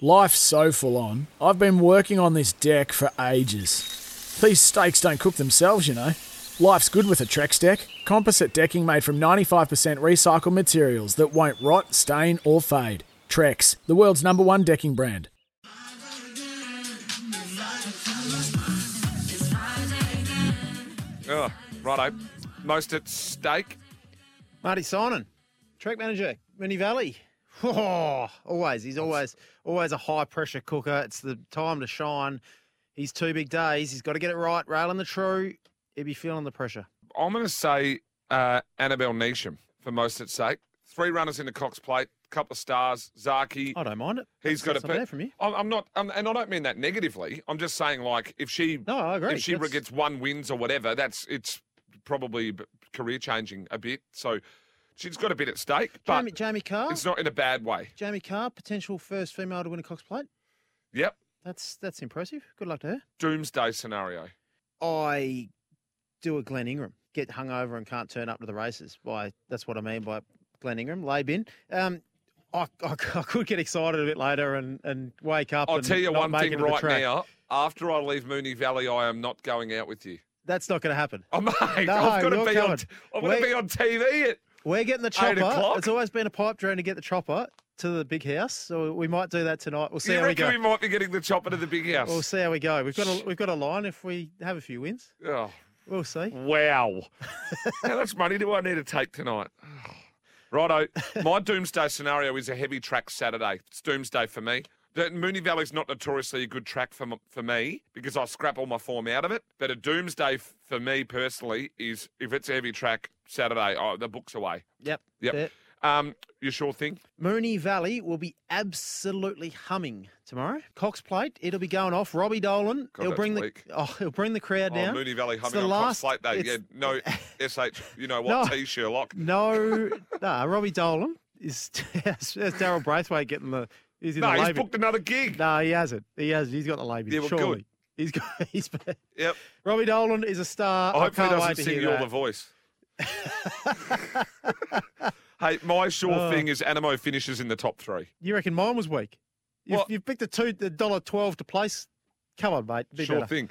Life's so full on. I've been working on this deck for ages. These steaks don't cook themselves, you know. Life's good with a Trex deck. Composite decking made from 95% recycled materials that won't rot, stain, or fade. Trex, the world's number one decking brand. Ugh, righto. Most at stake. Marty Simon, track manager, Mooney Valley. Oh, always. He's always always a high pressure cooker. It's the time to shine. He's two big days. He's got to get it right. Railing the true. He'd be feeling the pressure. I'm going to say uh, Annabelle Neesham for most at stake. Three runners into Cox Plate, couple of stars, Zaki. I don't mind it. He's got Oh, That's a not pe- bad from you. I'm, I'm not, I'm, and I don't mean that negatively. I'm just saying, like, if she, No, I agree. if she That's- gets one wins or whatever, that's it's probably career changing a bit. So she's got a bit at stake, but Jamie, Jamie Carr. it's not in a bad way. Jamie Carr, potential first female to win a Cox Plate. Yep, That's that's impressive. Good luck to her. doomsday scenario. I do a Glenn Ingram. Get hungover and can't turn up to the races. By that's what I mean by Glenn Ingram lay bin. Um, I, I, I could get excited a bit later and, and wake up. I'll and tell you not one make thing it to the right track. now. After I leave Mooney Valley, I am not going out with you. That's not going to happen. Oh, mate, No, I've got to you're be on. covered. I'm going to Wait. be on TV. At, We're getting the Eight chopper. o'clock? It's always been a pipe dream to get the chopper to the big house. So we might do that tonight. We'll see you how we reckon go. we might be getting the chopper to the big house? We'll see how we go. We've got a we've got a line. If we have a few wins, Oh, we'll see. wow. How much money do I need to take tonight? Righto. My doomsday scenario is a heavy track Saturday. It's doomsday for me. The Mooney Valley's not notoriously a good track for, m- for me because I scrap all my form out of it. But a doomsday f- for me personally is if it's a heavy track Saturday, oh, the book's away. Yep. Yep. There. Um, you sure thing? Mooney Valley will be absolutely humming tomorrow. Cox Plate, it'll be going off. Robbie Dolan, God, he'll that's bring weak. the oh, he'll bring the crowd Oh, down. Mooney Valley It's humming the on last- Cox Plate Day. it's- Yeah, no SH, you know what, No. T Sherlock. No, nah, Robbie Dolan is that's Daryl Braithwaite getting the he's in No, the he's labour. booked another gig. No, he hasn't. He has. He's got the label. Yeah, well, good. surely. He's got. He's. Yep. Robbie Dolan is a star. I I hope he can't doesn't wait to sing hear You're that. the Voice. hey, my sure Oh. thing is Animo finishes in the top three. You reckon mine was weak? You've, What? you've picked a two, the dollar twelve to place. Come on, mate. Be sure better. thing.